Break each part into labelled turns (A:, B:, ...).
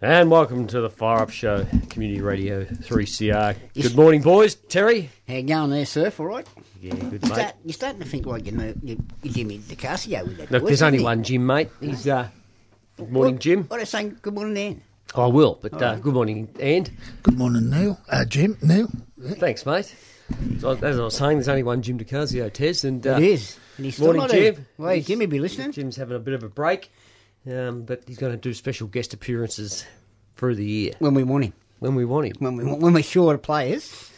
A: And welcome to the Fire Up Show, Community Radio 3CR. Good morning, boys. Terry?
B: How you going there, Surf? All right?
A: Yeah, good,
B: You start, you're starting to think like you know, you, you Jimmy DiCasio with that
A: Look,
B: voice,
A: there's only
B: isn't
A: one Jim, mate. He's, uh, good
B: he?
A: morning, Jim.
B: What are they saying? Good morning, Anne.
A: I will, but uh, good morning, and
C: Good morning, Neil. Uh, Jim, Neil.
A: thanks, mate. So, as I was saying, there's only one Jim DiCasio, Tess, and uh,
B: It is. And he's still
A: morning,
B: not here.
A: Jim.
B: Well, Jimmy be listening.
A: Jim's having a bit of a break, um, but he's going to do special guest appearances through the year
B: When we want him.
A: when we want him.
B: When, we, when we're short of players,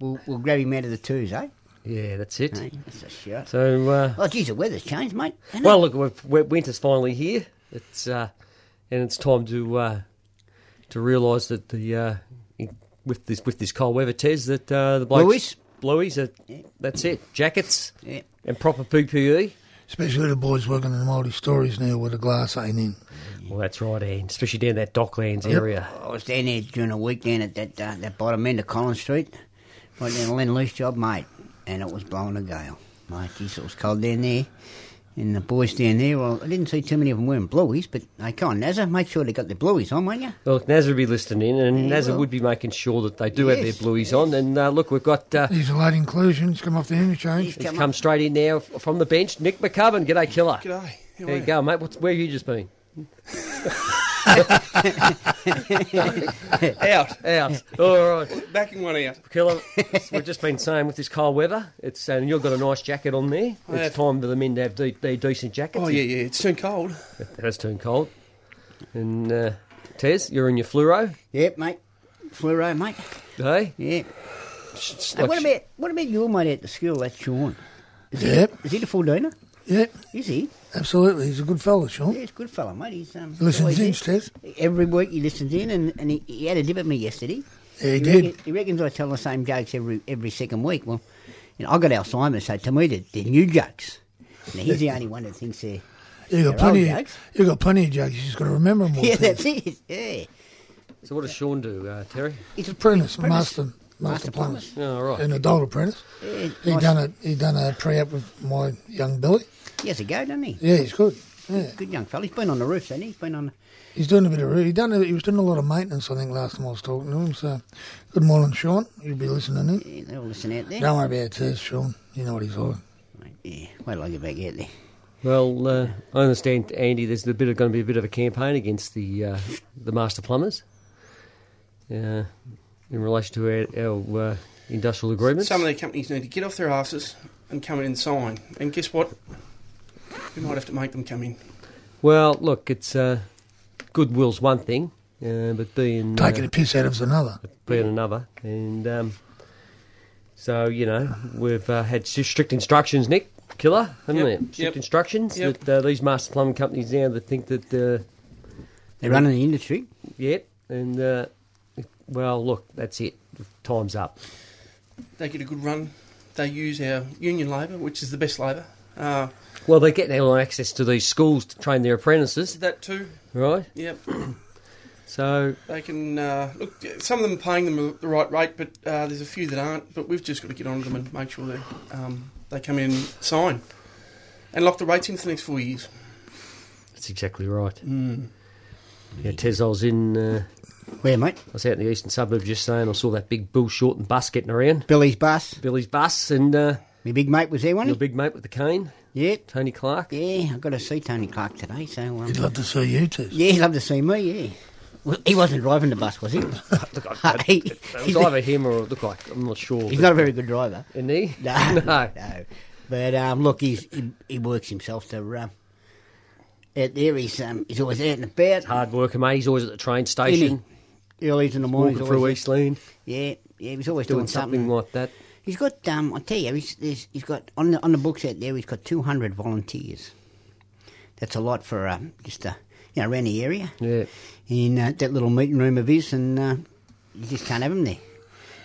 B: we'll, we'll grab him out of the twos, eh?
A: Yeah, that's it.
B: Hey, that's a shot.
A: So, uh,
B: Oh, geez, the weather's changed, mate. hasn't it?
A: Well, look, we've, we winter's finally here. It's uh, and it's time to uh, to realise that the uh, in- with this with this cold weather, Tez, that uh, the blokes, blueies, are, that's it, jackets
B: Yeah.
A: and proper E. PPE.
C: Especially the boys working in the multi stories now with the glass ain't in.
A: Well, that's right, and especially down that Docklands area.
B: I was down there during the week down at that, uh, that bottom end of Collins Street, right down the Len Loose job, mate, and it was blowing a gale. Mate, geez, it was cold down there. And the boys down there, well, I didn't see too many of them wearing blueies, but hey, come on, Nazza, make sure they got their blueies on, won't you?
A: Well, look, Nazza would be listening in, and
B: Yeah, he
A: Nazza
B: will.
A: would be making sure that they do have their
B: Yes,
A: blueies on. And uh, look, we've got uh,
C: These are late inclusions come off the interchange.
A: it's come straight in now f- from the bench. Nick McCubbin, g'day, killer.
D: G'day. How
A: There
D: are
A: you go, mate. What's, where have you just been? out, out. All right,
D: Backing one out.
A: killer. We've just been saying with this cold weather, it's and you've got a nice jacket on there. It's
D: have.
A: time for the men to have de- their decent jackets.
D: Oh, yeah, yeah. It's soon cold.
A: it has turned cold. And uh, Tez, you're in your fluoro,
B: Yep, mate. Fluoro, mate.
A: hey?
B: Yeah.
A: It's
B: Hey,
A: like
B: what
A: sh-
B: about what about your mate at the school? That's Sean.
C: Yep,
B: Is he the full donor?
C: yep,
B: Is he?
C: absolutely. He's a good fella,
B: Yeah,
C: Sean.
B: he's a good fella, mate. He's um.
C: He listens
B: always
C: in,
B: there.
C: Stez.
B: Every week he listens in, and, and he, he had a dip at me yesterday.
C: Yeah, he
B: reckon-
C: did.
B: he reckons I tell the same jokes every every second week. Well, you know, I got Alzheimer's, so to me they're, they're new jokes. Now he's the only one that thinks they're.
C: You got
B: They're old
C: plenty.
B: jokes.
C: Of, you got plenty of jokes. You just got to remember them all.
B: Yeah,
C: Yeah,
B: that's it. Yeah,
A: So what does Sean do, uh, Terry?
B: he's a
C: apprentice,
B: apprentice.
C: master, master, plumbers,
A: Oh, all right.
C: an adult apprentice.
B: Yeah,
C: He
B: nice.
C: done it. He done a pre-op with my young Billy.
B: He has a go, doesn't he?
C: Yeah, he's good. Yeah,
B: Good young fella. He's been on the roof, hasn't he? He's been on.
C: he's doing a bit of. He done. a- He was doing a lot of maintenance. I think last time I was talking to him. So, good morning, Sean. You'll be listening in.
B: Yeah, they're all listening out there.
C: Don't worry about Tez, Sean. You know what he's like.
B: Right, yeah, wait till I get back out there.
A: Well, uh, I understand, Andy. There's a bit of going to be a bit of a campaign against the uh, the master plumbers uh, in relation to our, our uh, industrial agreements.
D: Some of the companies need to get off their asses and come in and sign. And guess what? We might have to make them come in.
A: well, look, it's uh, goodwill's one thing, uh, but being uh,
C: Taking a piss out of us another.
A: being another, and um, so you know we've uh, had s- strict instructions, Nick Killer, haven't
D: Yep,
A: we? Strict
D: yep,
A: instructions
D: yep.
A: that uh, these master plumbing companies now that think that. Uh,
B: They're running the industry.
A: Yep. And, uh, well, look, that's it. Time's up.
D: They get a good run. They use our union labour, which is the best labour. Uh,
A: Well, they get now access to these schools to train their apprentices,
D: that too.
A: right?
D: Yep.
A: So,
D: They can uh, look. Some of them are paying them the right rate, but uh, there's a few that aren't. But we've just got to get on to them and make sure that um, they come in, and sign, and lock the rates in for the next four years.
A: that's exactly right.
D: Mm.
A: Yeah, Tez, I was in, uh,
B: Where, mate?
A: I was out in the eastern suburbs just saying, I saw that big Bill Shorten bus getting around,
B: Billy's bus.
A: Billy's bus, and uh,
B: My big mate was there,
A: your
B: wasn't
A: big mate with the cane,
B: he? Yep.
A: Tony Clark.
B: Yeah, I got to see Tony Clark today. So um,
C: He'd love to see you, Tez.
B: yeah, he'd love to see me. E, Yeah, well, he wasn't driving the bus, was he? He-
A: It was
B: he's,
A: either him or, look, like, I'm not sure.
B: he's not a very good driver.
A: Isn't he?
B: No,
A: no.
B: no. But um, look, he's, he he works himself to. Um, out there, he's um, he's always out and about.
A: Hard worker, mate. He's always at the train station,
B: Isn't he? Early in the morning,
A: walking
B: he's
A: through
B: always,
A: East Lane,
B: yeah, yeah, he's always
A: doing,
B: doing,
A: something, like that.
B: He's got, um, I tell you, he's, there's- he's got on the on the books out there. He's got two hundred volunteers. That's a lot for um, just a, you know around the area
A: Yeah.
B: in uh, that little meeting room of his, and uh, you just can't have him there.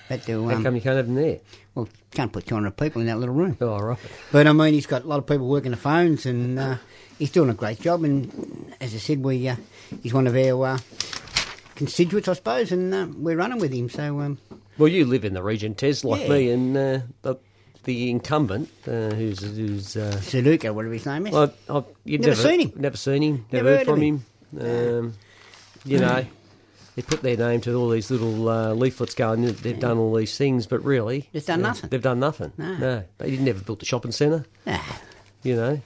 B: But they were,
A: How
B: um,
A: come you can't have them there?
B: well, can't put 200 people in that little room.
A: Oh, right.
B: But I mean, he's got a lot of people working the phones, and uh, he's doing a great job. And as I said, we uh, he's one of our uh, constituents, I suppose, and uh, we're running with him. So um,
A: Well, you live in the region, Tes, like
B: Yeah.
A: me, and uh, the, the incumbent, uh, who's who's uh,
B: Sudoku, whatever his name is.
A: well, I've, you've
B: Never seen him.
A: never seen him, never,
B: Never
A: heard
B: heard of
A: from him. Um, you know, they put their name to all these little uh, leaflets going. "They've- They've done all these things, but really,
B: They've done
A: uh,
B: nothing.
A: They've done nothing.
B: No.
A: no, they didn't ever build the shopping centre.
B: Ah,
A: You know,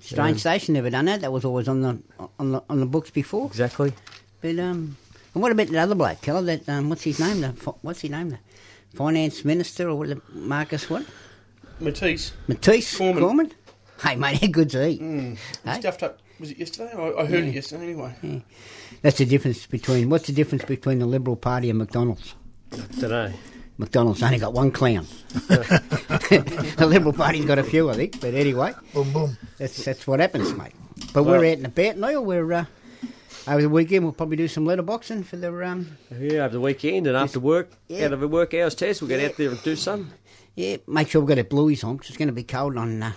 B: strange station never done that. That was always on the on the on the books before.
A: exactly.
B: But um, and what about that other bloke, Keller? That um, what's his name? The fi- what's his name? The finance minister or what? the- Marcus what?
D: Matisse,
B: Matisse
D: Cormann.
B: Cormann? Hey mate, how good's he? Hey?
D: stuffed up. Was it yesterday? I, I heard
B: Yeah.
D: it yesterday anyway.
B: That's the difference between what's the difference between the Liberal Party and McDonald's?
A: Don't know.
B: McDonald's only got one clown. the Liberal Party's got a few, I think. But anyway,
C: Boom, boom.
B: that's that's what happens, mate. But
A: Well-
B: we're out and about now. We're uh, over the weekend. We'll probably do some letterboxing for the um,
A: Yeah, over the weekend and after work,
B: Yeah.
A: out of the work hours, Tes, we'll get
B: Yeah.
A: out there and do some.
B: yeah. Make sure we've got our blueies on 'cause it's going to be cold on, uh,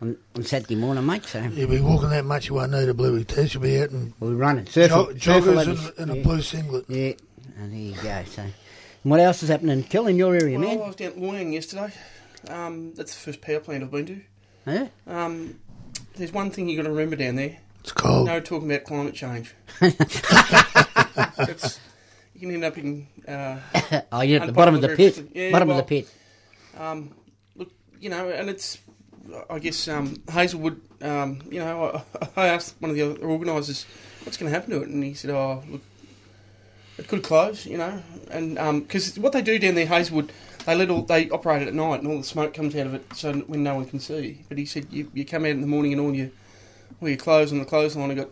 B: on on Saturday morning, mate. So
C: You'll be walking that much, you won't need a bluey test. You'll be out and
B: we're running. Surfer,
C: jo-
B: surfer
C: joggers
B: ladies.
C: and, and
B: yeah.
C: a blue singlet.
B: Yeah, and there you go. So, and what else is happening? Kill in your area,
D: Well, I
B: man.
D: was down at Loyang yesterday. Um, that's the first power plant I've been to.
B: Huh?
D: Um, there's one thing you got to remember down there.
C: It's cold.
D: No talking about climate change. it's, you can end up in. Uh,
B: Oh, you're at the
D: And
B: bottom of the
D: very
B: pit.
D: quickly. Yeah,
B: bottom
D: well-
B: of the pit.
D: um, look, you know, and it's. I guess um, Hazelwood. Um, you know, I, I asked one of the other organisers, "What's going to happen to it?" And he said, "Oh, look, it could close." You know, and because what they do down there, Hazelwood, they let all they operate it at night, and all the smoke comes out of it, so n- when no one can see. But he said, "You, you come out in the morning, and all your all your clothes on the clothesline have got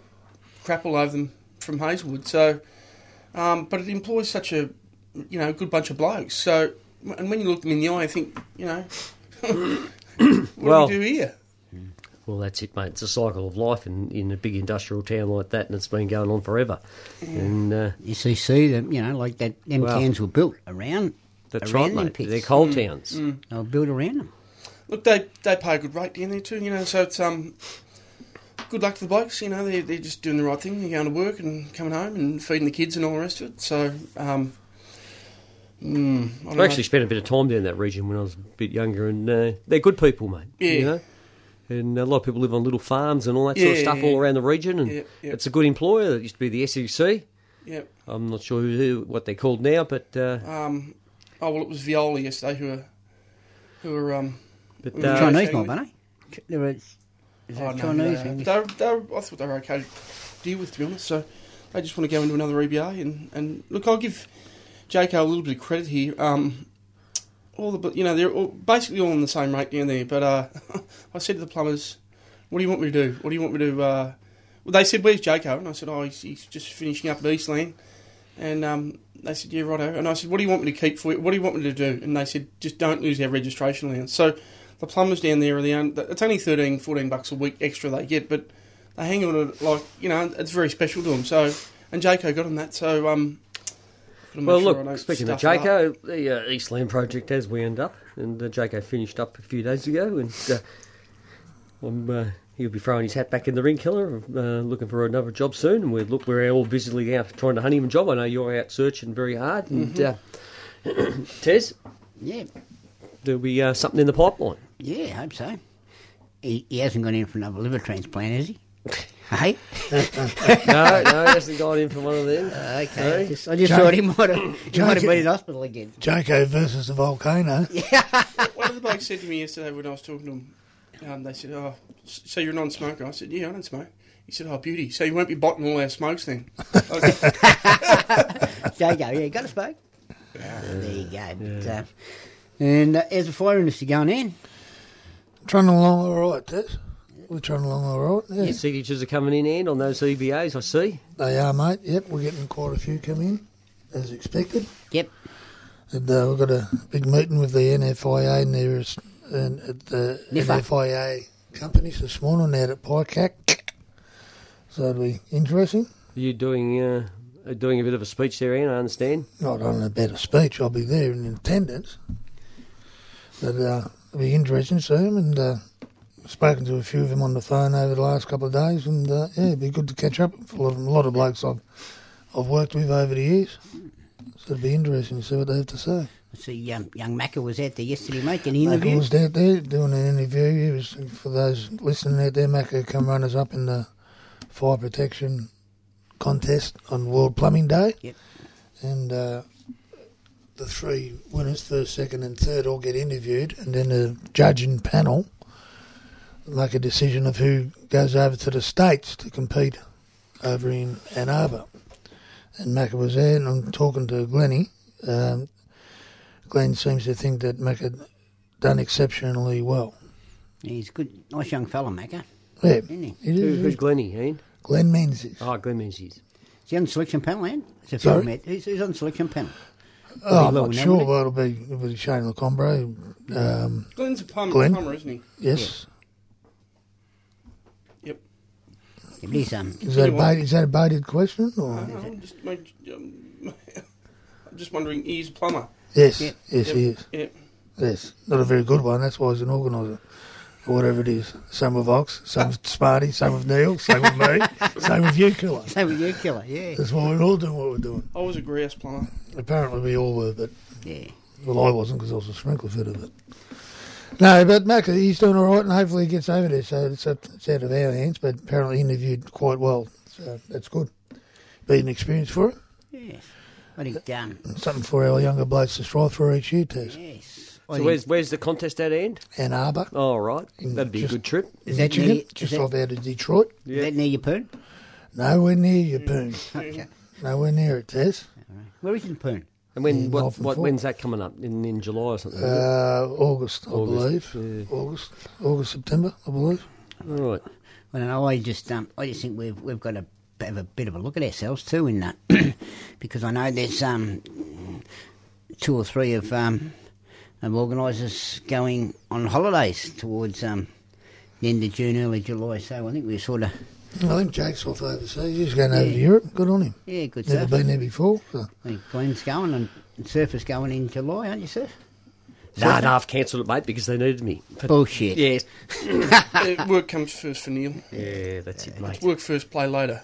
D: crap all over them from Hazelwood." So, um, but it employs such a you know good bunch of blokes. So, and when you look them in the eye, I think, you know, what
A: Well-
D: do we do here?
A: Well, that's it, mate. It's a cycle of life in, in a big industrial town like that, and it's been going on forever. And uh,
B: You see, see them, you know, like that. Them
A: Well-
B: cans were built around.
A: that's
B: around
A: right,
B: them
A: mate.
B: pits.
A: They're coal towns.
B: They were built around them.
D: Look, they they pay a good rate down there too, you know. So it's um, good luck to the blokes. You know, they're they're just doing the right thing. They're going to work and coming home and feeding the kids and all the rest of it. So, um, mm, I don't
A: I actually
D: know.
A: spent a bit of time down that region when I was a bit younger, and uh, they're good people, mate.
D: Yeah.
A: You know? And a lot of people live on little farms and all that sort of
D: Yeah,
A: stuff
D: yeah,
A: all
D: yeah.
A: around the region, and
D: Yeah, yeah.
A: it's a good employer. That used to be the SEC.
D: yeah.
A: I'm not sure who, who, what they're called now, but uh,
D: Um, oh well, it was Viola yesterday who were who were um.
A: but
D: we were
A: uh,
D: trying to-
B: Chinese eh? mob, aren't they? They were. Is
D: Oh,
B: that
D: no,
B: Chinese?
D: they-
B: English?
D: They're, they're, I thought they were okay to deal with, to be honest. So they just want to go into another EBA. And, and look, I'll give JK a little bit of credit here. Um, all the, but you know, they're all, basically all on the same rate down there. But uh, I said to the plumbers, "What do you want me to do? What do you want me to?" Uh, well, they said, "Where's JK?" And I said, "Oh, he's, he's just finishing up at Eastland." And um, they said, "Yeah, righto." And I said, "What do you want me to keep for you? What do you want me to do?" And they said, "Just don't lose our registration allowance." So the plumbers down there are the only, it's only 13, 14 bucks a week extra they get, but they hang on to it like you know it's very special to them. So and Jaco got on that. So um, gotta make
A: Well,
D: sure I
A: look,
D: don't
A: speaking of
D: stuff it up.
A: Jaco, the uh, Eastland project as we end up, and uh, Jaco finished up a few days ago, and uh, I'm, uh, he'll be throwing his hat back in the ring, Keller, uh, looking for another job soon. And we're look, we're all busily out trying to hunt him a job. I know you're out searching very hard, and
D: Mm-hmm.
A: uh, Tez,
B: Yeah,
A: there'll be uh, something in the pipeline.
B: yeah, I hope so. He, he hasn't gone in for another liver transplant, has he? hey?
A: no, no, he hasn't gone in for one of them.
D: Uh,
B: Okay. I
A: No.
B: just, I just
C: Jake-
B: thought he might have, he might have been in hospital again.
C: Jaco versus the volcano.
D: One of the blokes said to me yesterday when I was talking to him, um, they said, "Oh, s- so you're a non-smoker?" I said, "Yeah, I don't smoke." He said, "Oh, beauty. So you won't be botting all our smokes then?" I was-
B: Jago, yeah, you got a smoke. there you go. But, uh, and uh, how's the fire industry going in?
C: Trundling along all right, Tess. We're trundling along all right. Yes,
A: Signatures are coming in hand on those EBAs, I see.
C: they are, mate. Yep, we're getting quite a few come in, as expected.
B: Yep.
C: And uh, we've got a big meeting with the NFIA and their s- and at the
B: Niffa.
C: NFIA companies this morning out at PICAC. So it'll be interesting.
A: Are you doing uh, uh, doing a bit of a speech there, Ian, I understand.
C: Not on a better speech, I'll be there in attendance. But uh, it'll be interesting to see him and uh, spoken to a few of them on the phone over the last couple of days and uh, yeah, it'd be good to catch up with a lot of, a lot of blokes I've, I've worked with over the years. So it'd be interesting to see what they have to say.
B: I see um, young Macca was out there yesterday, mate, getting
C: Macca
B: interviews.
C: was out there doing an interview. He was for those listening out there. Macca come runners up in the fire protection contest on World Plumbing Day,
B: Yep.
C: and uh, the three winners, first, second, and third, all get interviewed, and then the judging panel make a decision of who goes over to the states to compete over in Ann Arbor. And Macca was there, and I'm talking to Glennie. Um, Glenn seems to think that Mac had done exceptionally well.
B: He's a good, nice young fella, Macca.
C: Yeah,
B: Isn't he?
C: It
A: Who,
C: is-
A: who's Glenny, Ian?
C: Glenn Menzies.
A: Oh, Glenn Menzies.
B: Is he on the selection panel, Ian? It's a
C: Sorry?
B: film, mate. Who's, who's on the selection panel?
C: Oh, I'm
B: Low
C: not
B: now,
C: sure,
B: wouldn't
C: but it'll be, it'll be Shane Lecombro. Um,
D: Glenn's a plumber,
C: Glenn?
D: plumber isn't he?
C: yes.
D: Yep.
B: Yeah, but he's, um,
C: Is, that a
D: Continue
C: bait, is that a baited question? Or?
D: I don't
B: Uh-huh.
D: know, Uh, I'm just, my, um, I'm just wondering, he's a plumber.
C: yes,
B: Yeah.
C: yes, he is.
D: Yeah.
C: Yes. Not a very good one, that's why he's an organiser. Or whatever it is. Same with Ox, same with Smarty, same with Neil, same with me, same with you, Killer.
B: same with you, killer. Yeah,
C: That's why we're all doing what we're doing.
D: I was a grass plumber.
C: Apparently we all were, but
B: yeah.
C: Well, I wasn't because I was a sprinkler fitter, but no, but Mac, he's doing all right, and hopefully he gets over uh, there. So it's, up, it's out of our hands, but apparently interviewed quite well, so that's good. Be an experience for it,
B: Yes. I think, um,
C: something for our younger blokes to strive for each year, Tess.
B: yes. I
A: So
B: think-
A: where's where's the contest at, Ian?
C: Ann Arbor,
A: Oh, right. That'd be
C: Just-
A: a good trip.
B: is that
C: Michigan,
B: near, is
C: just
B: that-
C: off out of Detroit.
B: is that near your poon?
C: Nowhere near your poon.
B: Okay.
C: Nowhere near it, Tess.
B: Where is your poon?
A: And when
C: Yeah,
A: what,
C: North and
A: what
C: Forth.
A: when's that coming up? In in July or something? is it?
C: Uh, August, I
A: August,
C: believe. August, August, September, I believe.
A: All right.
B: I don't know. I just, um, I just think we've we've got to have a bit of a look at ourselves too in that, because I know there's um, two or three of um, of organisers going on holidays towards um, the end of June, early July. So I think we're sort of
C: I think Jake's off overseas. He's going over to
B: Yeah.
C: Europe. Good on him.
B: yeah, good
C: Never
B: stuff.
C: been there before. So.
B: I think Glenn's going and Surfer's going in July, aren't you, sir?
A: No, no, I've cancelled it, mate, because they needed me. But-
B: Bullshit.
A: yeah,
D: Uh, work comes first for Neil.
A: yeah, that's it, mate.
D: Work first, play later.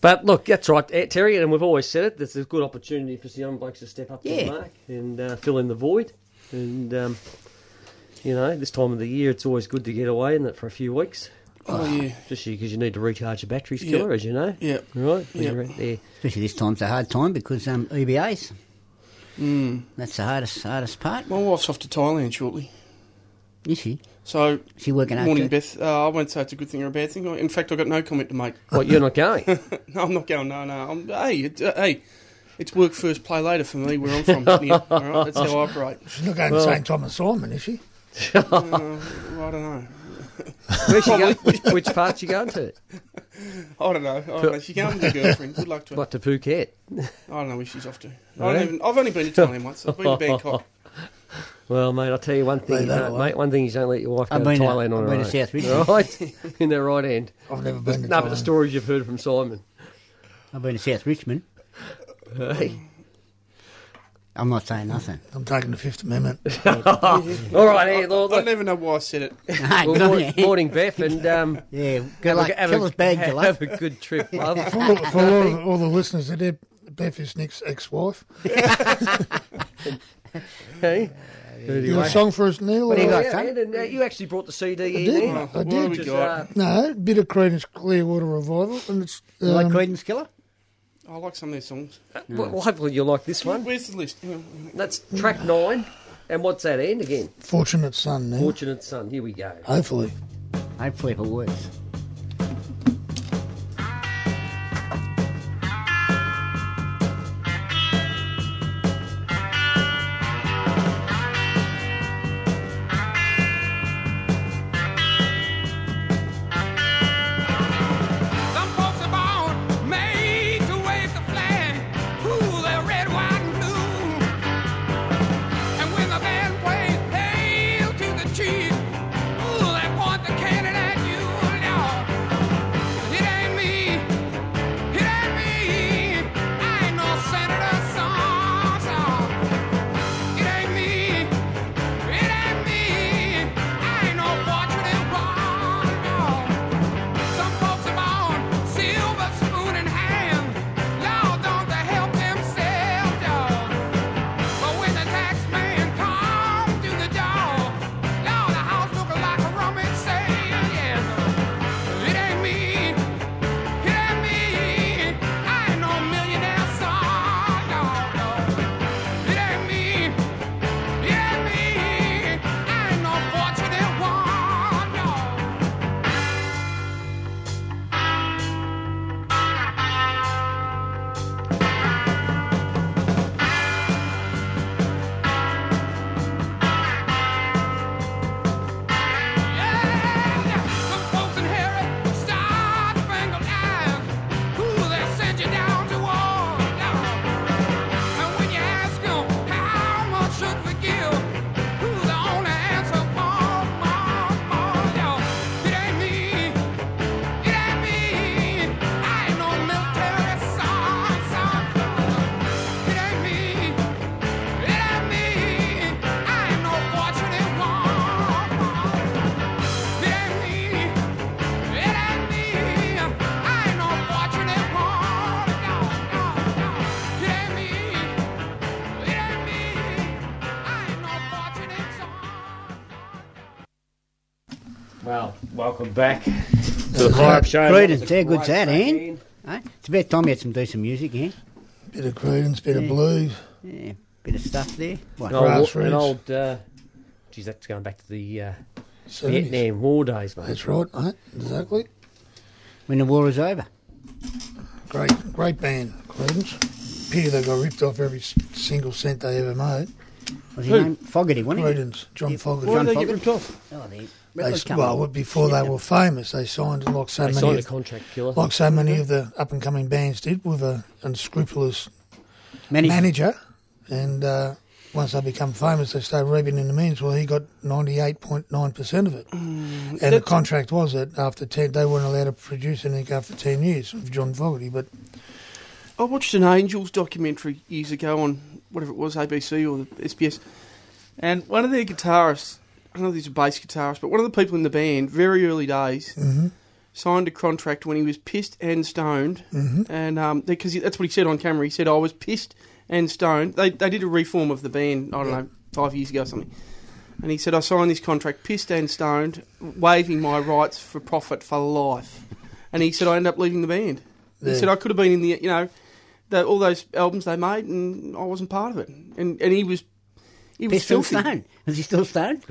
A: But look, that's right, eh, Terry, and we've always said it. There's a good opportunity for some blokes to step up to
B: Yeah.
A: the mark and uh, fill in the void. And um, you know, this time of the year, it's always good to get away in it for a few weeks,
C: Ah.
D: Oh, yeah.
A: just because you need to recharge your batteries,
D: Yeah.
A: killer, as you know.
D: Yeah.
A: Right. When
D: Yeah.
A: you're out there.
B: Especially this time's a hard time because um, EBAs.
D: Mm.
B: That's the hardest hardest part.
D: My wife's off to Thailand shortly.
B: Is she?
D: So,
B: She working out
D: morning,
B: too?
D: Beth. Uh, I won't say it's a good thing or a bad thing. In fact, I've got no comment to make.
A: What? You're not going?
D: No, I'm not going. No, no. I'm, hey, it, uh, hey, it's work first, play later for me. Where I'm from, Neil. All right, that's how I operate.
C: She's not going to St. Thomas Simon, is she?
D: Uh, well, I don't know.
A: Where's she going? Which, which part's you going to?
D: I don't know. I don't know. She can't with her girlfriend. Good luck to her.
A: What to Phuket?
D: I don't know where she's off to. I
A: Really?
D: don't even, I've only been to Thailand once. I've been to Bangkok.
A: Well, mate, I'll tell you one thing,
C: Leave that
A: uh,
C: alone.
A: mate. One thing is don't let your wife go
B: I've
A: to
B: been to-
A: Thailand on
B: I've
A: her
B: been to
A: own.
B: South Ridge.
A: right in their right end.
C: I've never been
A: No,
C: to
A: but the
C: Thailand.
A: stories you've heard from Simon.
B: I've been to South Richmond.
A: Hey.
B: I'm not saying nothing.
C: I'm taking the Fifth Amendment.
A: All right, hey, Lord.
D: I
A: Look,
D: don't even know why I said it.
B: Ah,
A: well,
B: good on
A: morning,
B: you.
A: morning, Beth, and um,
B: Yeah, good
A: have,
B: luck.
A: a, have,
B: Tell
A: a,
B: us bad
A: ha-
B: good luck.
A: have a good trip, love.
C: for for all, all the listeners that there, Beth is Nick's ex-wife.
A: hey.
C: You got a song for us, Neil?
B: What do you
C: or-
B: got?
A: Yeah,
B: son?
A: and, and, uh, you actually brought the CD in.
C: did.
A: Ian.
C: I
D: what have
C: did.
D: we
A: Just,
D: got?
A: uh,
C: No, bit of Creedence Clearwater Revival, and it's
B: You like
C: um,
B: Creedence Killer?
D: I like some of their songs.
A: well, well, hopefully you'll like this one.
D: Where's the list? Hang on.
A: That's track nine. And what's that end again?
C: Fortunate Son. Neil.
A: Fortunate son. Here we go.
C: Hopefully,
B: Hopefully, if it works.
E: Some folks are born made to wave the flag, rule their red, white, and blue. And when the band plays hail to the chief, ooh, they point the cannon at you now.
F: Welcome back to the
B: Right,
F: Pipe Show.
B: Credence,
F: That was a
B: how good's
F: great
B: that,
F: crack,
B: Ian? Eh? It's about time you had some decent music, eh?
C: Bit of credence, bit of
B: Yeah.
C: blues.
B: Yeah, bit of stuff there. What?
A: An old,
C: Grassroots.
A: an old uh, geez, that's going back to the uh,
C: So
A: Vietnam War days, mate.
C: That's right, mate. Exactly.
B: When the war is over.
C: Great, great band, Credence. Pity they got ripped off every s- single cent they ever made.
B: Was his name Fogarty, wasn't it?
C: Credence, John
B: Yeah.
C: Fogerty.
D: Why did
B: John
D: they get
B: Fogarty?
D: ripped off?
B: Oh, the
C: They,
B: record company.
C: well, before they
B: Yeah.
C: were famous, they signed like so
A: They
C: many,
A: signed a
C: of-
A: contract killer.
C: like so many of the up and coming bands did, with a unscrupulous
B: Managed-
C: manager. And uh, once they become famous, they start reaping in the means. Well, he got ninety eight point nine percent of it, and the
D: that's-
C: contract was that after ten, they weren't allowed to produce anything after ten years of John Fogerty. But
D: I watched an Angels documentary years ago on whatever it was, ABC or the SBS, and one of their guitarists, I don't know if he's a bass guitarist, but one of the people in the band, very early days, signed a contract when he was pissed and stoned, and um, because that's what he said on camera. He said, "I was pissed and stoned." They they did a reform of the band, I don't know, five years ago or something. And he said, I signed this contract pissed and stoned, waiving my rights for profit for life. And he said, I ended up leaving the band. He
C: Yeah.
D: said, I could have been in the, you know, the, all those albums they made and I wasn't part of it. And and he was, he was
B: Pistol
D: filthy.
B: Stone. Is he still stoned?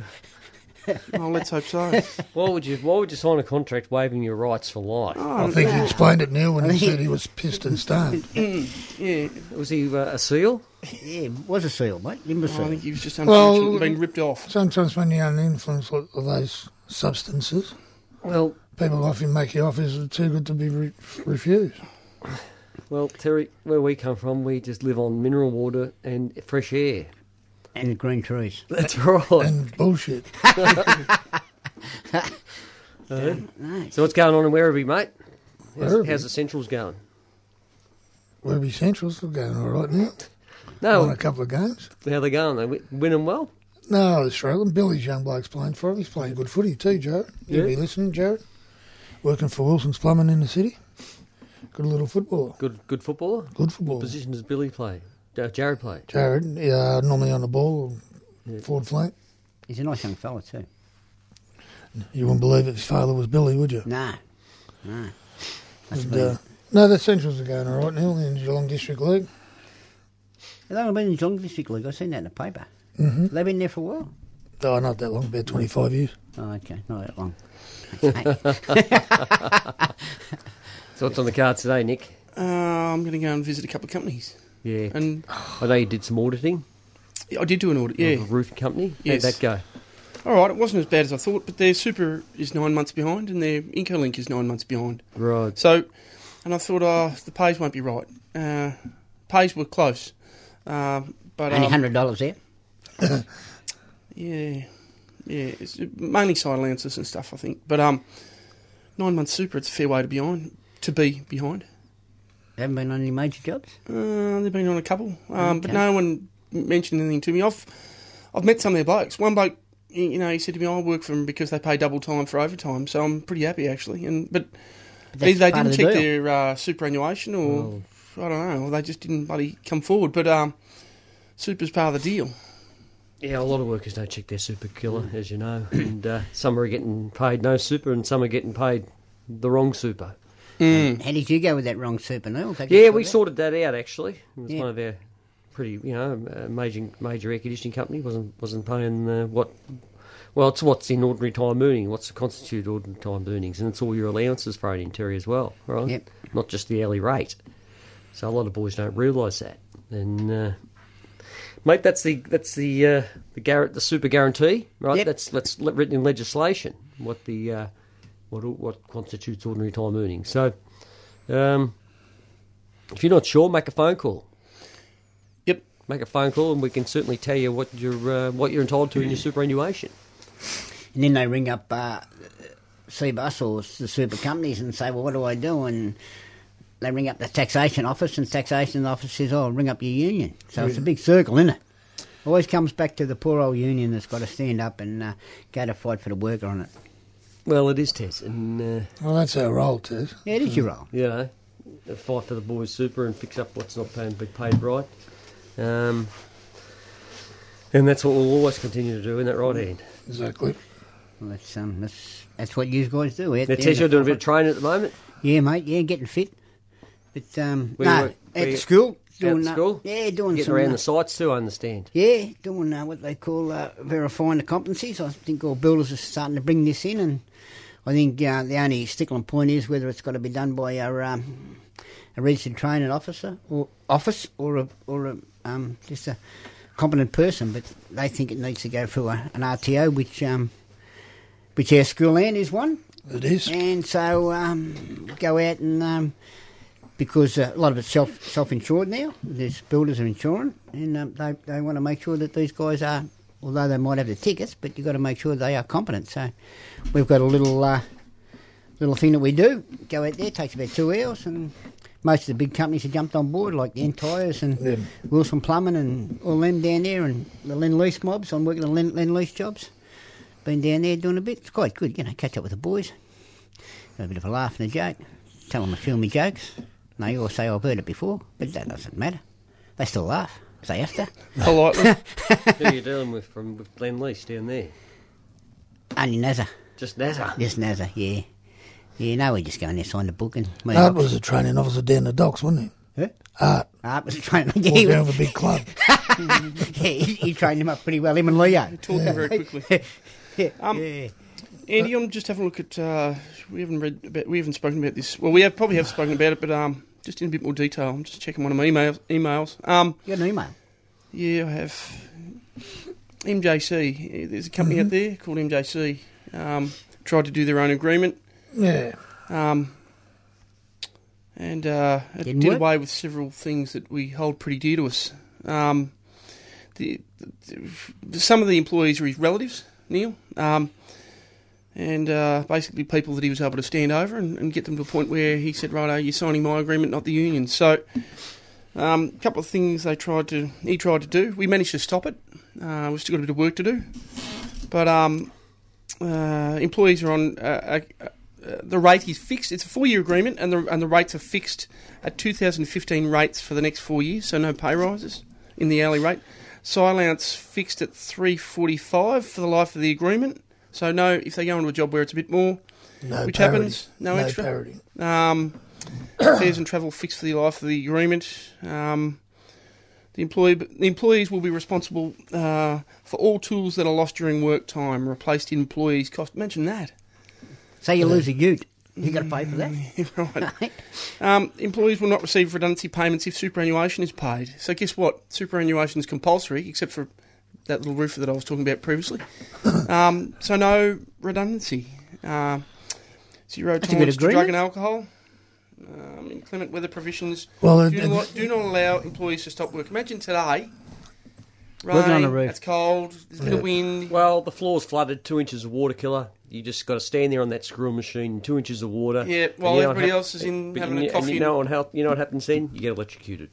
D: Oh, let's hope so.
A: Why would you? Why would you sign a contract waiving your rights for life?
C: I think he explained it now when he said he was pissed and stoned.
D: yeah,
A: Was he uh, a seal?
B: Yeah, was a seal, mate. He was a
D: I think
B: seal.
D: he was just
C: Well-
D: unfortunate and being ripped off.
C: Sometimes when you're under influence of of those substances,
A: Well,
C: people often make you offers that are too good to be re- refused.
A: well, Terry, where we come from, we just live on mineral water and fresh air.
B: And green trees.
A: That's right.
C: And bullshit.
A: So what's going on in Werribee, mate? How's,
C: Werribee?
A: how's the Centrals going?
C: Werribee Central's still going all right now. Won
B: Oh.
A: No,
C: a couple of games.
A: how they going? They win- winning well.
C: No, they're struggling. Billy's young bloke's playing for him. He's playing good footy too, Jared. You'll
A: Yeah.
C: be listening, Jared. Working for Wilson's Plumbing in the city. Good little footballer.
A: Good, good footballer.
C: Good footballer.
A: Position does Billy play? Uh, Jared play?
C: Jared, uh, normally on the ball, forward flank.
B: He's a nice young fella, too.
C: You wouldn't believe it. His father was Billy, would you?
B: Nah. Nah. That's
C: And,
B: been-
C: uh, no, the Centrals are going all right now in Geelong District League.
B: They've only been in Geelong District League. I've seen that in the paper.
D: Mm-hmm.
B: They've been there for a while.
C: Oh, not that long, about 25 years.
B: Oh, okay. Not that long.
A: So what's on the cards today, Nick?
D: Uh, I'm going to go and visit a couple of companies.
A: Yeah,
D: And
A: I know you did some auditing.
D: I did do an audit,
A: Yeah,
D: yeah.
A: the roofing company.
D: Yes.
A: How'd that go?
D: All right, it wasn't as bad as I thought, but their super is nine months behind and their Incolink is nine months behind.
A: Right.
D: So, and I thought, oh, the pays won't be right. Uh, pays were close, um, but
B: Only
D: um,
B: $100 there.
D: yeah, yeah, it's mainly side allowances and stuff, I think. But um, nine months super, it's a fair way to be on to be behind.
B: They haven't been on any major jobs.
D: Uh, they've been on a couple, um, but
B: Okay.
D: no one mentioned anything to me. I've I've met some of their blokes. One bloke, y- you know, he said to me, "I work for them because they pay double time for overtime." So I'm pretty happy actually. And but,
B: that's
D: either they
B: part
D: didn't
B: of the
D: check
B: deal. Oh.
D: their uh, superannuation, or I don't know, or they just didn't bloody come forward. But um, super's part of the deal.
A: Yeah, a lot of workers don't check their super killer, as you know, and uh, some are getting paid no super, and some are getting paid the wrong super.
B: How did you go with that wrong super Neil? Did you
A: Yeah,
B: sort
A: we
B: that?
A: sorted that out actually. It was
B: Yeah.
A: one of our pretty, you know, uh, major major air conditioning company wasn't wasn't paying uh, what. Well, it's what's in ordinary time earning, what's to constitute ordinary time earnings, and it's all your allowances thrown in Terry as well, right?
B: Yep.
A: Not just the hourly rate. So a lot of boys don't realise that. And uh, mate, that's the that's the uh, the gar- the super guarantee, right?
B: Yep.
A: That's that's le- written in legislation. What the uh, what what constitutes ordinary time earnings. So um, if you're not sure, make a phone call.
D: Yep.
A: Make a phone call, and we can certainly tell you what you're uh, what you're entitled to in your superannuation.
B: And then they ring up uh, Bus or the super companies and say, well, what do I do? And they ring up the taxation office, and taxation office says, oh, ring up your union. So it's a big circle, isn't it? Always comes back to the poor old union that's got to stand up and uh, go to fight for the worker on it.
A: Well, it is Tess, and uh,
C: Well, that's our role, Tess.
B: Yeah, it is
D: Hmm.
B: your role.
A: you know, fight for the boys' super and fix up what's not paying, be paid right. Um, Mm. and that's what we'll always continue to do in that right hand.
C: Exactly.
B: Well, that's, um, that's, that's what you guys do. Out
A: Now,
B: there in
A: Tess,
B: the
A: you're doing a bit of
B: forest.
A: training at the moment.
B: Yeah, mate. Yeah, getting fit. But um,
A: Where you
B: no,
A: work-
B: at
A: where you-
B: the school.
A: Out
B: Doing,
A: at
B: uh,
A: school.
B: yeah, doing
A: Getting
B: some,
A: around
B: uh,
A: the sites too, I understand.
B: Yeah, doing uh, what they call uh, verifying the competencies. I think all builders are starting to bring this in, and I think uh, the only stickling point is whether it's got to be done by a, um, a registered training officer or office or a, or a, um, just a competent person. But they think it needs to go through a, an RTO, which um, which our school land is one.
C: It is.
B: And so um, go out and um, because uh, a lot of it's self self insured now. These builders are insuring, and um, they they want to make sure that these guys are, although they might have the tickets, but you've got to make sure they are competent. So we've got a little uh, little thing that we do. Go out there, takes about two hours, and most of the big companies have jumped on board, like the Entires and
C: Yeah.
B: Wilson Plumbing and all them down there, and the Len Lease mobs. I'm working the Len, Len Lease jobs. Been down there doing a bit. It's quite good, you know. Catch up with the boys. Have a bit of a laugh and a joke. Tell them a few of my jokes. And they all say, I've heard it before, but that doesn't matter. They still laugh. if They have to.
D: Politely.
A: Who are you dealing with from with Glen Lease down there?
B: Only Nazza.
A: Just NASA.
B: Just Nazza, yeah. Yeah, no, we just go in there, sign the book and... move
C: Art
B: on.
C: was a training officer down the docks, wasn't he?
B: Huh?
C: Art.
B: Art was trying to...
C: All
B: Yeah,
C: down with a big club.
B: he, he trained him up pretty well, him and Leo.
D: Talking very quickly.
B: Yeah,
D: Um,
B: yeah.
D: Andy, I'm just having a look at. Uh, we haven't read about. We haven't spoken about this. Well, we have probably have spoken about it, but um, just in a bit more detail. I'm just checking one of my emails. Emails. Um,
B: You got an email?
D: yeah, I have. MJC. Yeah, There's a company out there called MJC. Um, tried to do their own agreement.
C: yeah.
D: Um, and uh, it
B: Didn't
D: did
B: work?
D: away with several things that we hold pretty dear to us. Um, the, the, some of the employees were his relatives, Neil, um, and uh, basically people that he was able to stand over and, and get them to a point where he said, "Right, you're signing my agreement, not the union." So, a couple of things they tried to he tried to do. We managed to stop it. Uh, we've still got a bit of work to do, but um, uh, employees are on. Uh, uh, uh, the rate is fixed. It's a four-year agreement, and the and the rates are fixed at 2015 rates for the next four years. So no pay rises in the hourly rate. Silence fixed at 345 for the life of the agreement. So no, if they go into a job where it's a bit more,
C: No
D: which
C: parody.
D: happens, no, extra.
C: parody.
D: Um, fares and travel fixed for the life of the agreement. Um, the employee, the employees will be responsible uh, for all tools that are lost during work time, replaced in employees' cost. Mention that,
B: Say you lose a ute. You got to pay for that.
D: right? Um, employees will not receive redundancy payments if superannuation is paid. So guess what? Superannuation is compulsory, except for that little roofer that I was talking about previously. Um, so no redundancy. Uh, zero
B: a good
D: tolerance to drug
B: agreement.
D: and alcohol. Um, inclement weather provisions
C: Well, it,
D: do,
C: it-
D: not, do not allow employees to stop work. Imagine today.
B: Working on
D: Rain,
B: a roof.
D: it's cold, there's a bit of wind.
A: Well, the floor's flooded, two inches of water killer. You just got to stand there on that screw machine, two inches of water.
D: Yeah,
A: And
D: while
A: you know what
D: everybody
A: hap-
D: else is in
A: but
D: having
A: you,
D: a
A: kn-
D: coffee.
A: And you know, what hap- you know what happens then? You get electrocuted.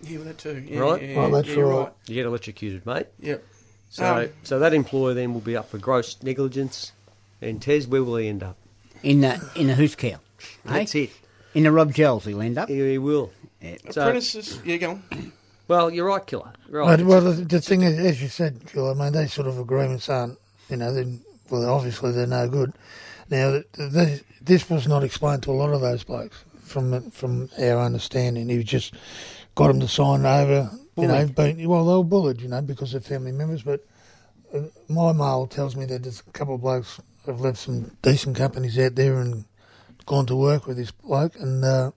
D: yeah, well, that too. Yeah,
A: Right.
D: Yeah,
C: Well, that's
D: yeah, you're
C: all right.
D: right.
A: You get electrocuted, mate.
D: Yep.
A: So,
D: Um,
A: so that employer then will be up for gross negligence. And Tez, where will he end up?
B: In the, in the Hoos Cow.
A: That's it.
B: In the Rob Gels he'll end up.
A: He, he will. So,
D: Apprentices, yeah, go on.
A: well, you're right, killer. Right.
C: But, well, the, the thing is, as you said, Phil, I mean, those sort of agreements aren't, you know, they well, obviously they're no good. Now, th- th- this, this was not explained to a lot of those blokes from the- from our understanding. He just got them to sign over, you know, but, well, they were bullied, you know, because they're family members. But uh, my mail tells me that there's a couple of blokes have left some decent companies out there and gone to work with this bloke and uh,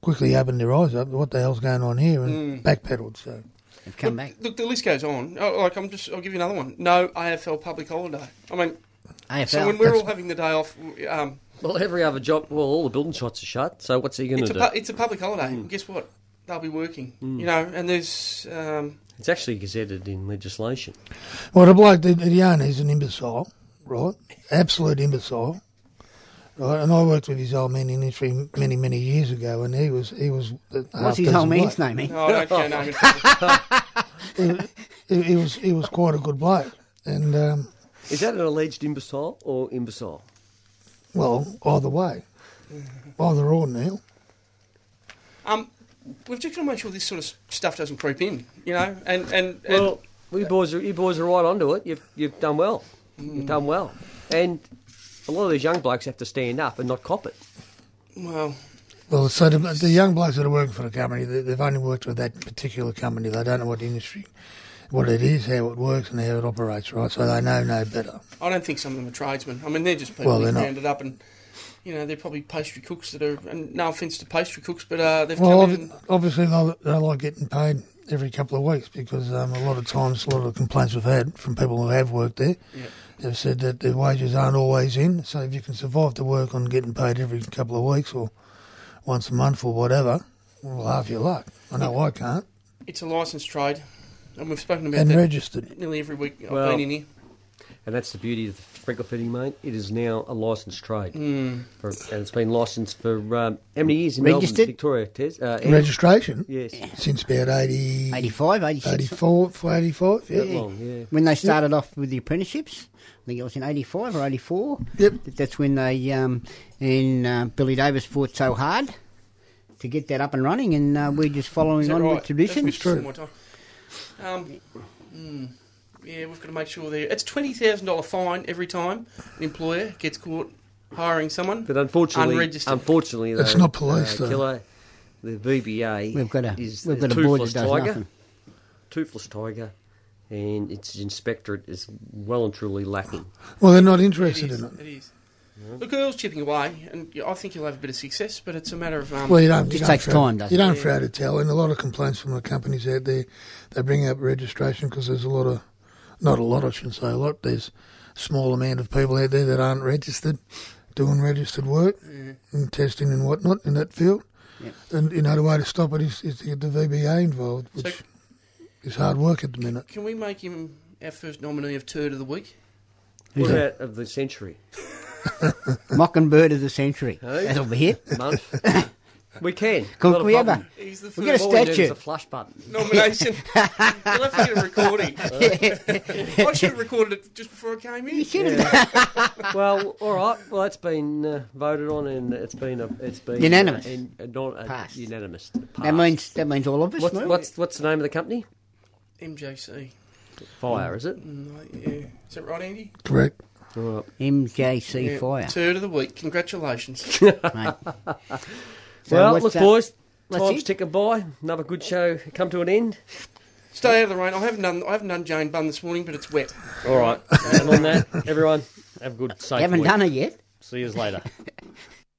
C: quickly opened their eyes up. What the hell's going on here?
B: Mm.
C: And backpedaled. So.
B: They've come back.
D: Look, the list goes on. Oh, like I'm just, I'll give you another one. No AFL public holiday. I mean,
B: AFL.
D: so when we're
B: that's-
D: all having the day off, w- um,
A: Well, every other job, well, all the building shots are shut. So what's he going
D: it's
A: to
D: a
A: do?
D: pu- it's a public holiday.
C: Mm.
D: Guess what? They'll be working. You know, and there's um,
A: It's actually gazetted in legislation.
C: Well, the bloke, the, the owner, he's an imbecile, right? Absolute imbecile, right? And I worked with his old man in industry many, many years ago, and he was he was.
B: What's his old man's name, eh?
D: no, I don't care. No, it's-
C: He, he was he was quite a good bloke, and um,
A: Is that an alleged imbecile or imbecile?
C: well, either way, either or, Neil.
D: um, we've just got to make sure this sort of s- stuff doesn't creep in. You know, and and, and
A: Well, you boys, are, you boys are right onto it. You've you've done well. You've done well. And a lot of these young blokes have to stand up and not cop it.
D: Well,
C: Well, so the, the young blokes that are working for the company, they- they've only worked with that particular company. They don't know what industry, what it is, how it works, and how it operates, right? So they know no better.
D: I don't think some of them are tradesmen. I mean, they're just people
C: Well,
D: well,
C: they're not.
D: rounded up and. You know, they're probably pastry cooks that are, and no offence to pastry cooks, but uh, they've
C: Well,
D: come in.
C: obvi- obviously they they like getting paid every couple of weeks because um, a lot of times, a lot of complaints we've had from people who have worked there,
D: Yeah.
C: they've said that their wages aren't always in. So if you can survive to work on getting paid every couple of weeks or once a month or whatever, well, half your luck. I know I can't.
D: It's a licensed trade, and we've spoken about
C: And
D: that
C: registered.
D: nearly every week I've
A: Well-
D: been in here.
A: And that's the beauty of the sprinkler fitting, mate. It is now a licensed trade. For, and it's been licensed for um, how many years in
B: Registered?
A: Melbourne, Victoria? Tez? Uh, Ann?
C: Registration
A: Yes.
C: since about
B: eh?
C: 80,
B: 85, 86.
C: 84, 85, yeah.
A: That long, yeah.
B: When they started off with the apprenticeships, I think it was in 85 or 84.
C: Yep.
B: that- That's when they, um, and uh, Billy Davis fought so hard to get that up and running, and uh, we're just
D: Is
B: following
D: that
B: on
D: right?
B: with tradition.
D: That's true. My time. Um, mm, yeah, we've got to make sure there. It's twenty thousand dollar fine every time an employer gets caught hiring someone.
A: But unfortunately,
D: Unregistered.
A: unfortunately,
C: It's
A: though, uh,
C: not police, though.
A: Killer, the VBA
B: We've got a-
A: is
B: we've
A: the
B: got a board
A: toothless
B: that does
A: tiger.
B: nothing.
A: Toothless tiger, and its inspectorate is well and truly lacking.
C: Well, they're not
D: it
C: interested
D: is.
C: in it.
D: It is. The girl's chipping away, and I think you'll have a bit of success. But it's a matter of um,
C: Well, you don't. you
B: Just
C: don't
B: takes
C: throw-
B: time, doesn't
C: You
B: it?
C: don't throw to tell, and a lot of complaints from the companies out there. They bring up registration because there's a lot of, not a lot, I shouldn't say a lot. There's small amount of people out there that aren't registered, doing registered work and testing and whatnot in that field.
B: Yep.
C: And you know the way to stop it is, is to get the VBA involved,
D: So-
C: which is hard work at the minute.
D: can we make him our first nominee of turd of the week?
A: What
C: that?
A: out of the century?
B: Mockingbird of the century.
A: Hey.
B: That'll be it.
A: month. we can.
B: Can
A: Not a
B: we ever?
A: problem.
D: He's the
B: We
D: first
B: get a
A: All we need is
B: statue.
A: a flush button.
D: nomination. you'll have to get a recording. I should have recorded it just before I came in.
A: well, all right. Well, that's been uh, voted on, and it's been a, it's been
B: Unanimous.
A: uh, and, and not a
B: Passed.
A: Unanimous.
B: That
A: Passed.
B: means that means all of us.
A: what's,
B: no?
A: what's what's the name of the company?
D: MJC.
A: Fire, is it?
B: Mm.
D: No, yeah. Is that right, Andy?
C: Correct.
A: All right.
B: MJC Fire.
D: Turd of the week. Congratulations.
B: mate. So
A: Well,
B: what's
A: look,
B: that?
A: boys.
B: That's
A: Time's
B: it?
A: ticking by. Another good show come to an end.
D: Stay out of the rain. I haven't done. I haven't done Jane Bun this morning, but it's wet.
A: All right. and on that, everyone, have a good, safe
B: Haven't
A: week.
B: done it yet.
A: See you later.